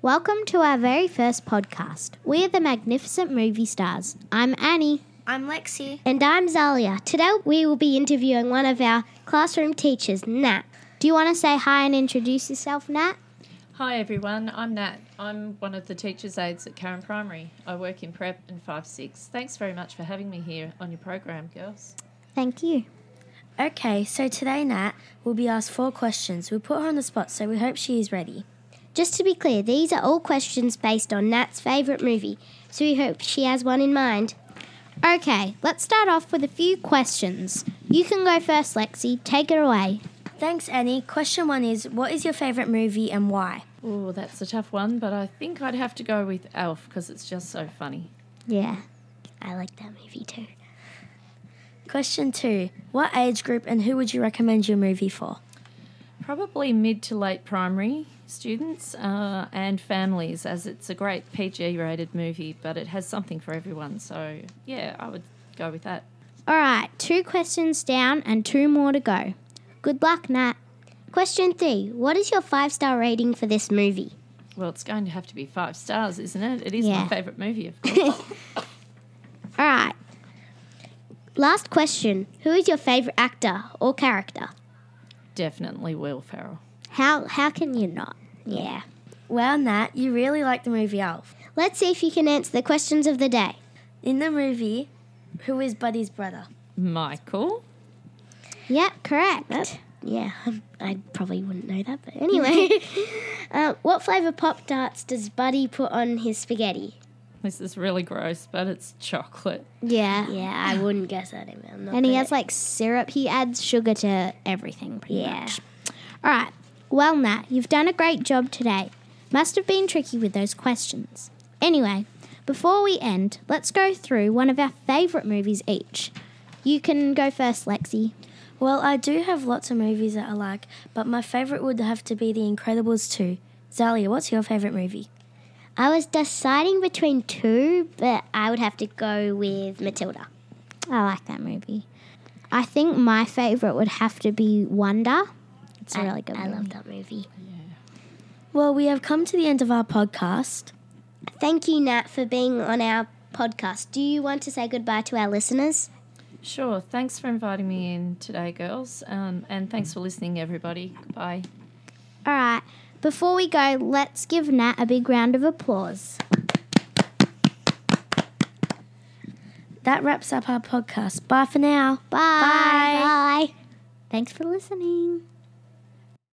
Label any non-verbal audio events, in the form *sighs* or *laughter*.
Welcome to our very first podcast. We are the Magnificent Movie Stars. I'm Annie. I'm Lexi. And I'm Zalia. Today we will be interviewing one of our classroom teachers, Nat. Do you want to say hi and introduce yourself, Nat? Hi everyone, I'm Nat. I'm one of the teacher's aides at Karen Primary. I work in prep and 5 6. Thanks very much for having me here on your program, girls. Thank you. Okay, so today Nat will be asked four questions. We'll put her on the spot, so we hope she is ready. Just to be clear, these are all questions based on Nat's favourite movie, so we hope she has one in mind. Okay, let's start off with a few questions. You can go first, Lexi. Take it away. Thanks, Annie. Question one is What is your favourite movie and why? Oh, that's a tough one, but I think I'd have to go with Elf because it's just so funny. Yeah, I like that movie too. Question two What age group and who would you recommend your movie for? Probably mid to late primary students uh, and families, as it's a great PG rated movie, but it has something for everyone. So, yeah, I would go with that. All right, two questions down and two more to go. Good luck, Nat. Question three What is your five star rating for this movie? Well, it's going to have to be five stars, isn't it? It is Yeah. my favourite movie, of course. All right. Last question Who is your favourite actor or character? Definitely Will Ferrell. How, how can you not? Yeah. Well, Nat, you really like the movie Elf. Let's see if you can answer the questions of the day. In the movie, who is Buddy's brother? Michael. Yep, correct. yeah, I probably wouldn't know that, but *laughs* anyway. uh, what flavour Pop Tarts does Buddy put on his spaghetti? This is really gross, but it's chocolate. Yeah. Yeah, *sighs* I wouldn't guess that. Email, And he has like syrup. He adds sugar to everything, pretty Yeah. much. All right. Well, Nat, you've done a great job today. Must have been tricky with those questions. Anyway, before we end, let's go through one of our favourite movies each. You can go first, Lexi. Well, I do have lots of movies that I like, but my favourite would have to be The Incredibles 2. Zalia, what's your favourite movie? I was deciding between two, but I would have to go with Matilda. I like that movie. I think my favourite would have to be Wonder. It's a really good movie. I love that movie. Well, we have come to the end of our podcast. Thank you, Nat, for being on our podcast. Do you want to say goodbye to our listeners? Sure. Thanks for inviting me in today, girls. Um, and thanks for listening, everybody. Goodbye. All right. Before we go, let's give Nat a big round of applause. That wraps up our podcast. Bye for now. Bye. Bye. Thanks for listening.